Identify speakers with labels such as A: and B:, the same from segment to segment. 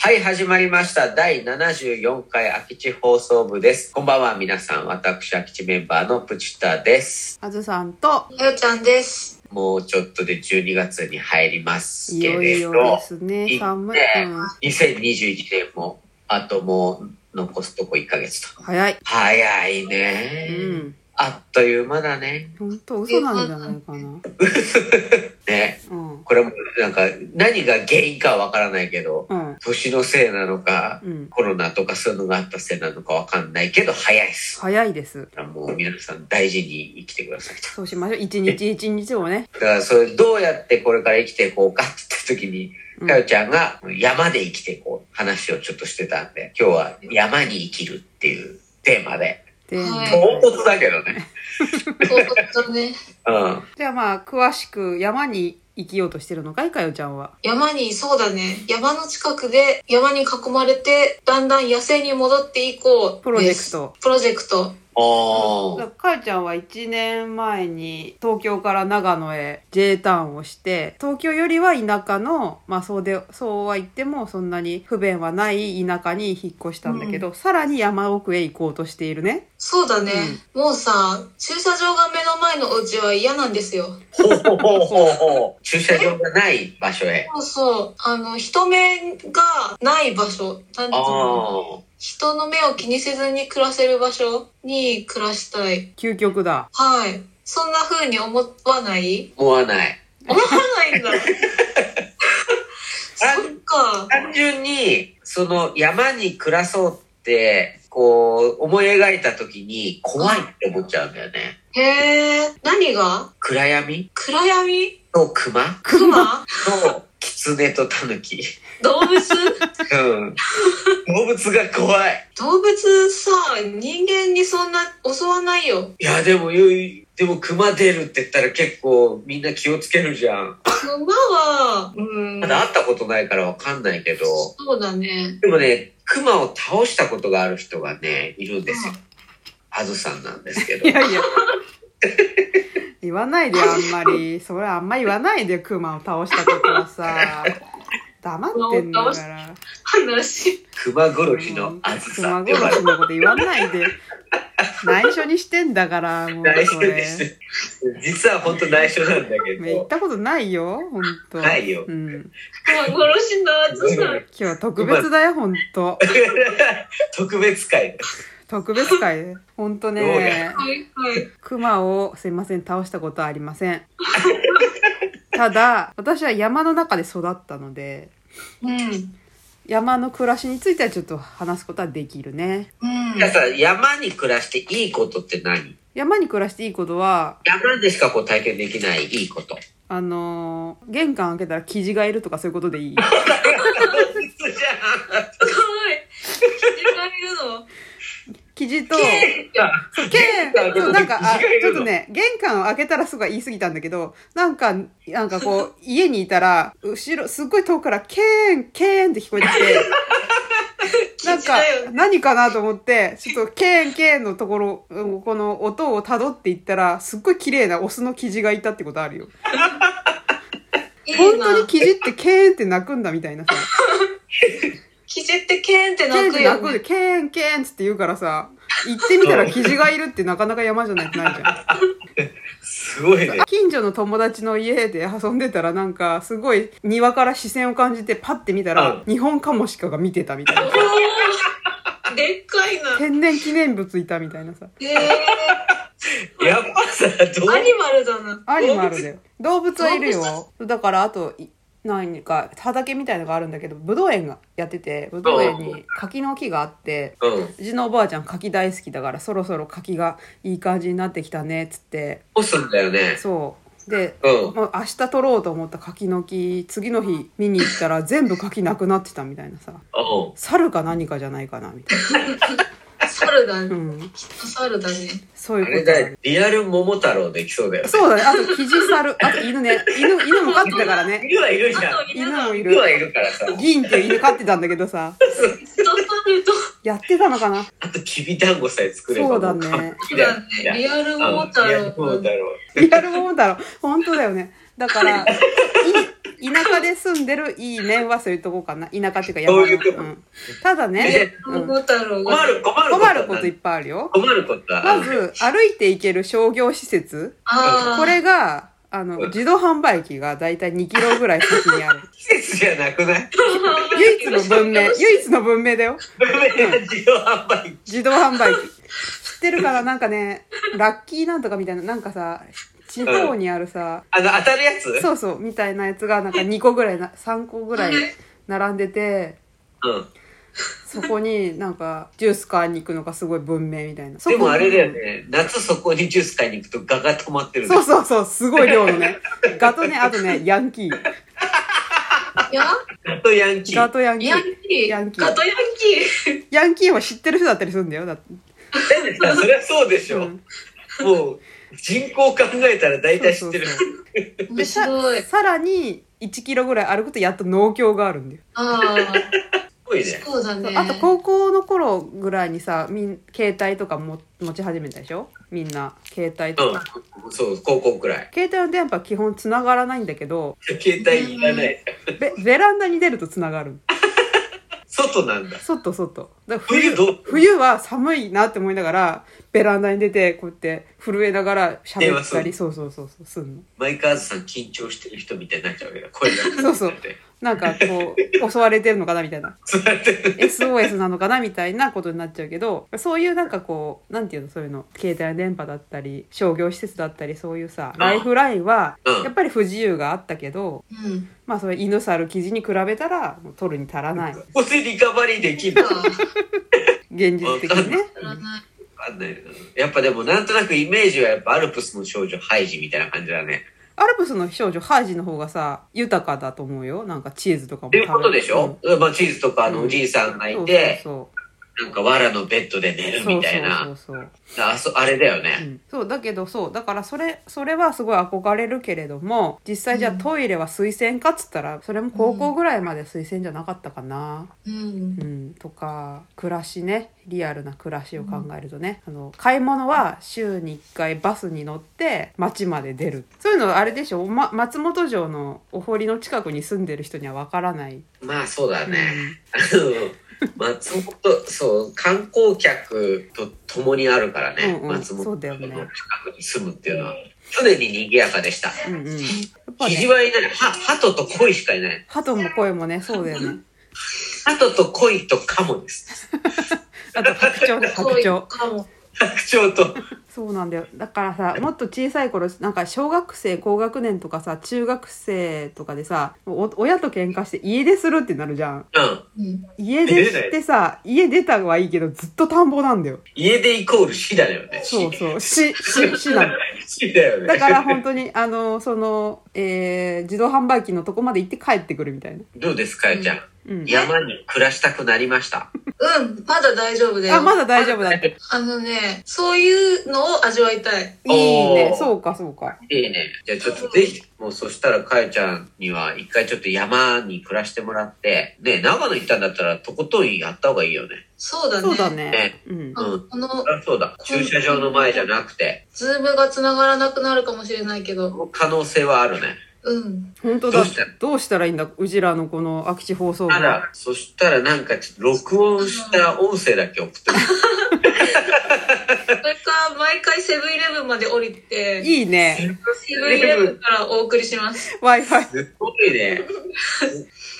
A: はい、始まりました。第74回空き地放送部です。こんばんは、皆さん。私、空き地メンバーのプチタです。
B: あずさんと
C: ゆうちゃんです。
A: もうちょっとで12月に入ります
B: い
A: け
B: よい
A: れど、
B: よですね
A: い
B: 寒い、
A: ね
B: うん
A: 2021年も、あともう残すとこ1ヶ月と。
B: 早い
A: 早いうね、
B: ん
A: あっという間だね。
B: 本当嘘なんじゃないかな
A: ね。
B: うん
A: これもなんか何が原因かわからないけど、
B: うん
A: 年のせいなのか、
B: うん
A: コロナとかそういうのがあったせいなのかわかんないけど、早いっす。
B: 早いです
A: もう皆さん大事に生きてくださいと。
B: そうしましょう一日一日をね、
A: だからそれどうやってこれから生きていこうかって言った時に、
B: うん
A: かよちゃんが山で生きていこう話をちょっとしてたんで、今日は山に生きるっていうテーマで、
B: で
C: はい
A: 唐突だけどね。
C: そうだね。
A: うん。
B: じゃあまあ詳しく山に生きようとしてるのかいかよちゃんは
C: 山に、そうだね。山の近くで山に囲まれて、だんだん野生に戻っていこうです。
B: プロジェクト
C: プロジェクト。
A: お
B: だ
A: ー。
B: からかよちゃんは1年前に東京から長野へ J ターンをして東京よりは田舎のまあそうでそうは言ってもそんなに不便はない田舎に引っ越したんだけど、さらに山奥へ行こうとしているね
C: そうだね、もうさ、駐車場が目の前のお家は嫌なんですよ。
A: ほうほうほうほうほう。駐車場がない場所へ。
C: そうそう。あの、人目がない場所。なんていう
A: あ
C: の
A: ー。
C: 人の目を気にせずに暮らせる場所に暮らしたい。
B: 究極だ
C: はい。そんな風に思わない
A: 思わない。
C: 思わないんだ。そっか。
A: 単純に、その山に暮らそうって、こう、思い描いた時に怖いって思っちゃうんだよね。
C: へえ、何が
A: 暗闇
C: 暗闇
A: と熊
C: 熊
A: と狐と狸。
C: 動物
A: うん。動物が怖い。
C: 動物さ、人間にそんな襲わないよ。
A: いや、でもゆい、でも熊出るって言ったら結構みんな気をつけるじゃん。
C: 熊は、うん
A: ま。だ会ったことないからわかんないけど。
C: そうだね。
A: でもね、熊を倒したことがある人がね、いるんですよ。あずさんなんですけど
B: い。やいや言わないであんまりそれあんま言わないでクマを倒したことはさ黙ってんだから
C: 話。
A: 熊殺しのあずさんって
B: 熊
A: 呼ばれ
B: 殺
A: て
B: しのこと言わないで内緒にしてんだからもう
A: 内
B: そ
A: 緒で
B: れ
A: す。実は本当内緒なんだけ
B: ね行っ
A: ど。
B: たことないよ本当
A: ないよ
B: うん、
C: 熊殺しのあずさん。
B: 今日は特別だよ本当
A: 特別会だ
B: 特別会本当
A: どう
B: ね
A: や
C: はいはい。
B: 熊をすいません倒したことはありませんただ私は山の中で育ったので
C: うん。
B: 山の暮らしについてはちょっと話すことはできるね
C: うん
A: じゃあさ、山に暮らしていいことって何
B: 山に暮らしていいことは
A: 山でしかこう体験できないいいこと。
B: あのー玄関開けたらキジがいるとかそういうことでいい
C: すごい。人がいるの。
B: キジとそう
A: 玄関開けたら
B: そうなんかあ
A: キジがいるの
B: ちょっとね玄関を開けたらすごい言い過ぎたんだけどなんかなんかこう家にいたら後ろすっごい遠くからケーンケーンって聞こえてきて。なんか
C: だよね。
B: 何かなと思ってちょっとケーンケーンのところうんこの音をたどっていったらすっごい綺麗なオスのキジがいたってことあるよ
C: いい
B: 本当
C: な
B: に。キジってケーンって鳴くんだみたいなさ
C: キジってケーンって
B: ケーン
C: 鳴
B: っ
C: く
B: て鳴
C: よ
B: く
C: ね。
B: でケーンケーンっつって言うからさ行ってみたらキジがいるってなかなか山じゃないってないじゃん
A: すごいね。
B: 近所の友達の家で遊んでたらなんかすごい庭から視線を感じてパッて見たら日本カモシカが見てたみたいな
C: おーでっかいな。
B: 天然記念物いたみたいなさ
C: へえ。
A: やっぱさ、どう
C: アニマルだな。
B: アニマルだよ動物はいる
C: 動
B: よだからあとい何か畑みたいのがあるんだけどブドウ園がやっててブドウ園に柿の木があって
A: うん。
B: うちのおばあちゃん柿大好きだからそろそろ柿がいい感じになってきたねっつって
A: 干すんだよね。
B: そうで
A: うん。
B: もう明日取ろうと思った柿の木次の日見に行ったら全部柿なくなってたみたいなさ
A: うん。
B: 猿か何かじゃないかなみたい
C: 猿だ
B: な、う
C: ね。
B: ん、
C: きっと猿だね。
B: そう
A: あ
B: いうこ
A: れ
B: とだ
A: だ
B: ね
A: よ。リアル桃太郎できそうだよね。
B: そうだねあとキジ猿あと犬ね犬犬も飼ってたからね
A: 犬はいるじゃん。
C: あと
B: 犬
C: 犬
B: も
C: が
B: い
A: 犬
B: る
A: はいるからさ。
B: 銀っていう犬飼ってたんだけどさ
C: 人と猿と
B: やってたのかな
A: あと、きびだんごさえ作れば。
B: そうだね
C: そうだね。リアル桃太
A: リアル桃
C: 郎
A: 太。郎。
B: リアル桃太郎本当だよねだからい田舎で住んでるいい面はそういうとこかな。田舎っていうか
A: そう
B: 山
A: い
B: の
A: うとこ
B: ん、ただね
A: ね、
B: うん、
C: 桃太郎
A: 困
C: が。
A: る、困る
B: 困ることいっ
A: だ
B: ぱいあるよ。
A: 困ることは
B: まず、歩いて行ける商業施設。
C: ああ。
B: これが、あ
A: うん
B: の、自動販売機がだいたい2キロぐらい先にある。
A: 季節じゃなくない
B: 唯一の 文明、唯一の文明だよ。
A: 自動販売機。
B: 自動 販売機。知ってるからなんかね、ラッキーなんとかみたいな、なんかさ、地方にあるさ、
A: あの、当たるやつ
B: そうそう、みたいなやつがなんか2個ぐらいな、3個ぐらい並んでて、
A: うん。
B: そこになんかジュース買いに行くのがすごい文明みたいな。
A: でもあれだよ
B: ね。
A: ね、夏そこにジュース買いに行くとガが止まってるんだ
B: そうそうそう、すごい量の ね。ガとね、あとね、ヤンキー。
C: いや、
A: ガとヤンキ
B: ガ
A: ー。
B: とヤンキ
C: ヤン
B: ー。
C: キー。
B: ヤンキー
C: ガトヤンキー。
B: ヤンキーは知ってる人だったりするんだよ。だって。
A: だってそりゃそうでし
B: う
A: ょ。
B: ん
A: もう、人口考えたら大体知ってる。
B: そうそう
C: 面白い。
B: さらに1キロぐらい歩くとやっと農協があるんだよ。
C: あ
A: すごい
C: あ。
A: ね。
C: そうだね。
B: あと高校の頃ぐらいにさみん携帯とかも持ち始めたでしょみんな携帯とか、
A: うん。そう、高校くらい。
B: 携帯の電波は基本つながらないんだけど
A: 携帯いらない。
B: べベランダに出るとつながる
A: 外なんだ。
B: 外外だから
A: 冬どう
B: 冬は寒いなって思いながらベランダに出てこうやって震えながら
A: 電
B: 喋
A: 話
B: っ
A: す
B: たり
A: る
B: そうそうそうそうすんの
A: マイカーズさん緊張してる人みたいになっちゃうわけだ。声が。
B: そうそうなんかこ う襲われてるのかなみたいな SOS なのかなみたいなことになっちゃうけどそういうなんかこうなんていうのそういうの携帯の電波だったり商業施設だったりそういうさ
A: うん
B: ライフラインは
A: うん
B: やっぱり不自由があったけど、
C: うん。
B: まあそれ犬猿記事に比べたらもう取るに足らない
A: ここでリカバリーできるの
C: ああ
B: 現実的にね。
C: 知らない
A: わかんないなやっぱでもなんとなくイメージはやっぱアルプスの少女ハイジみたいな感じだね。
B: アルプスの少女ハージの方がさ豊かだと思うよなんかチーズとかも
A: っていうことでしょ、まあチーズとかあ
B: う
A: の
B: ん
A: おじいさんが
B: うん
A: いて、
B: そう
A: なんか藁のベッドで寝
B: そう
A: る
B: そう
A: みたい
B: そう
A: な。
B: そうそう
A: あそあれだよ
B: う
A: ね。
B: んそうだけどそうだからそれそれはすごい憧れるけれども実際じゃあ
C: うん
B: トイレは水洗かっつったらそれも高校ぐらいまで水洗じゃなかったかな、
C: うん
B: う。ん、とか暮らしねリアルな暮らしを考えるとね、あの買い物は週に1回バスに乗って町まで出るそういうのあれでしょ、ま、松本城のお堀の近くに住んでる人にはわからない、
A: まあそうだ
B: う
A: ね。
B: ん
A: あの松本、そう、観光客と共にあるからね。
B: うんうん
A: 松本
B: そうだよね
A: の近くに住むっていうのは、常に賑やかでした。
B: うんうん、やっぱ
A: キジ
B: ね
A: はいない。は、鳩と恋しかいない。
B: 鳩も声もねそうだよね
A: 鳩と恋とカモです。
B: あと白鳥ね白鳥
C: かも。
A: 白鳥と。
B: そうなんだよだからさもっと小さい頃なんか小学生高学年とかさ中学生とかでさお親と喧嘩して家出するってなるじゃん
A: うん。
C: うん。
B: 家出してさ家出たはいいけどずっと田んぼなんだよ
A: 家でイコール死だよね。
B: そう そうしししなの
A: 死だよね。
B: だから本当にあのその、えー自動販売機のとこまで行って帰ってくるみたいな
A: どうですか、えちゃん。
B: うん
A: 山に暮らしたくなりました。
C: うん。まだ大丈夫だよ。
B: あまだ大丈夫だって
C: あのね、そういうのを味わいたい。
B: いいね
A: おー
B: そうかそうか
A: いいね。じゃあちょっとぜひ、もうそしたらかえちゃんには一回ちょっと山に暮らしてもらって、ね、長野行ったんだったらとことんやった方がいいよね。
C: そうだね。
B: そうだね
A: ね
B: うん
C: あ
A: うん
C: この、
A: あそうだ。駐車場の前じゃなくて、
C: ズームが繋がらなくなるかもしれないけど。
A: 可能性はあるね。
C: うん。
B: 本当だ
A: どうした
B: どうしたらいいんだうちらのこの空き地放送部
A: ただ、そしたらなんかちょっと録音した音声だけ送ってくる。
C: それか、毎回セブンイレブンまで降りて、
B: いいね
C: セブンイレブンからお送りします。
B: w i f i
A: すごいね。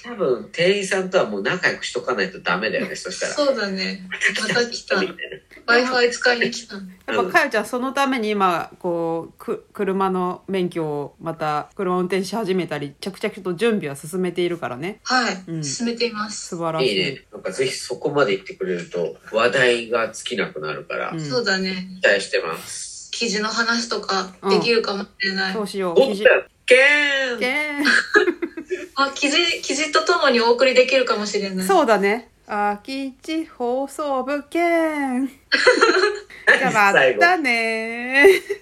A: 多分店員さんとはもう仲良くしとかないとダメだよね、そしたら。
C: そうだね。また来た。
A: みたいな
C: Wi-Fi 使いに来た。
B: やっぱかよちゃんそのために今こうく車の免許をまた車を運転し始めたり着々と準備は進めているからね
C: はい、
B: うん
C: 進めています。
B: 素晴らし
A: いい
B: い
A: ね。なんかぜひそこまで行ってくれると話題が尽きなくなるから、
B: うん
C: そうだね。
A: 期待してます。
C: 記事の話とかできるかもしれない。
B: そうしよう
A: おっち
B: 記事
A: ゃん、けーん
B: け
C: あ、記事、記事とともにお送りできるかもしれな
B: ー
C: い。
B: そうだね空き地 放送部けーんじゃあま
A: 最後
B: たねー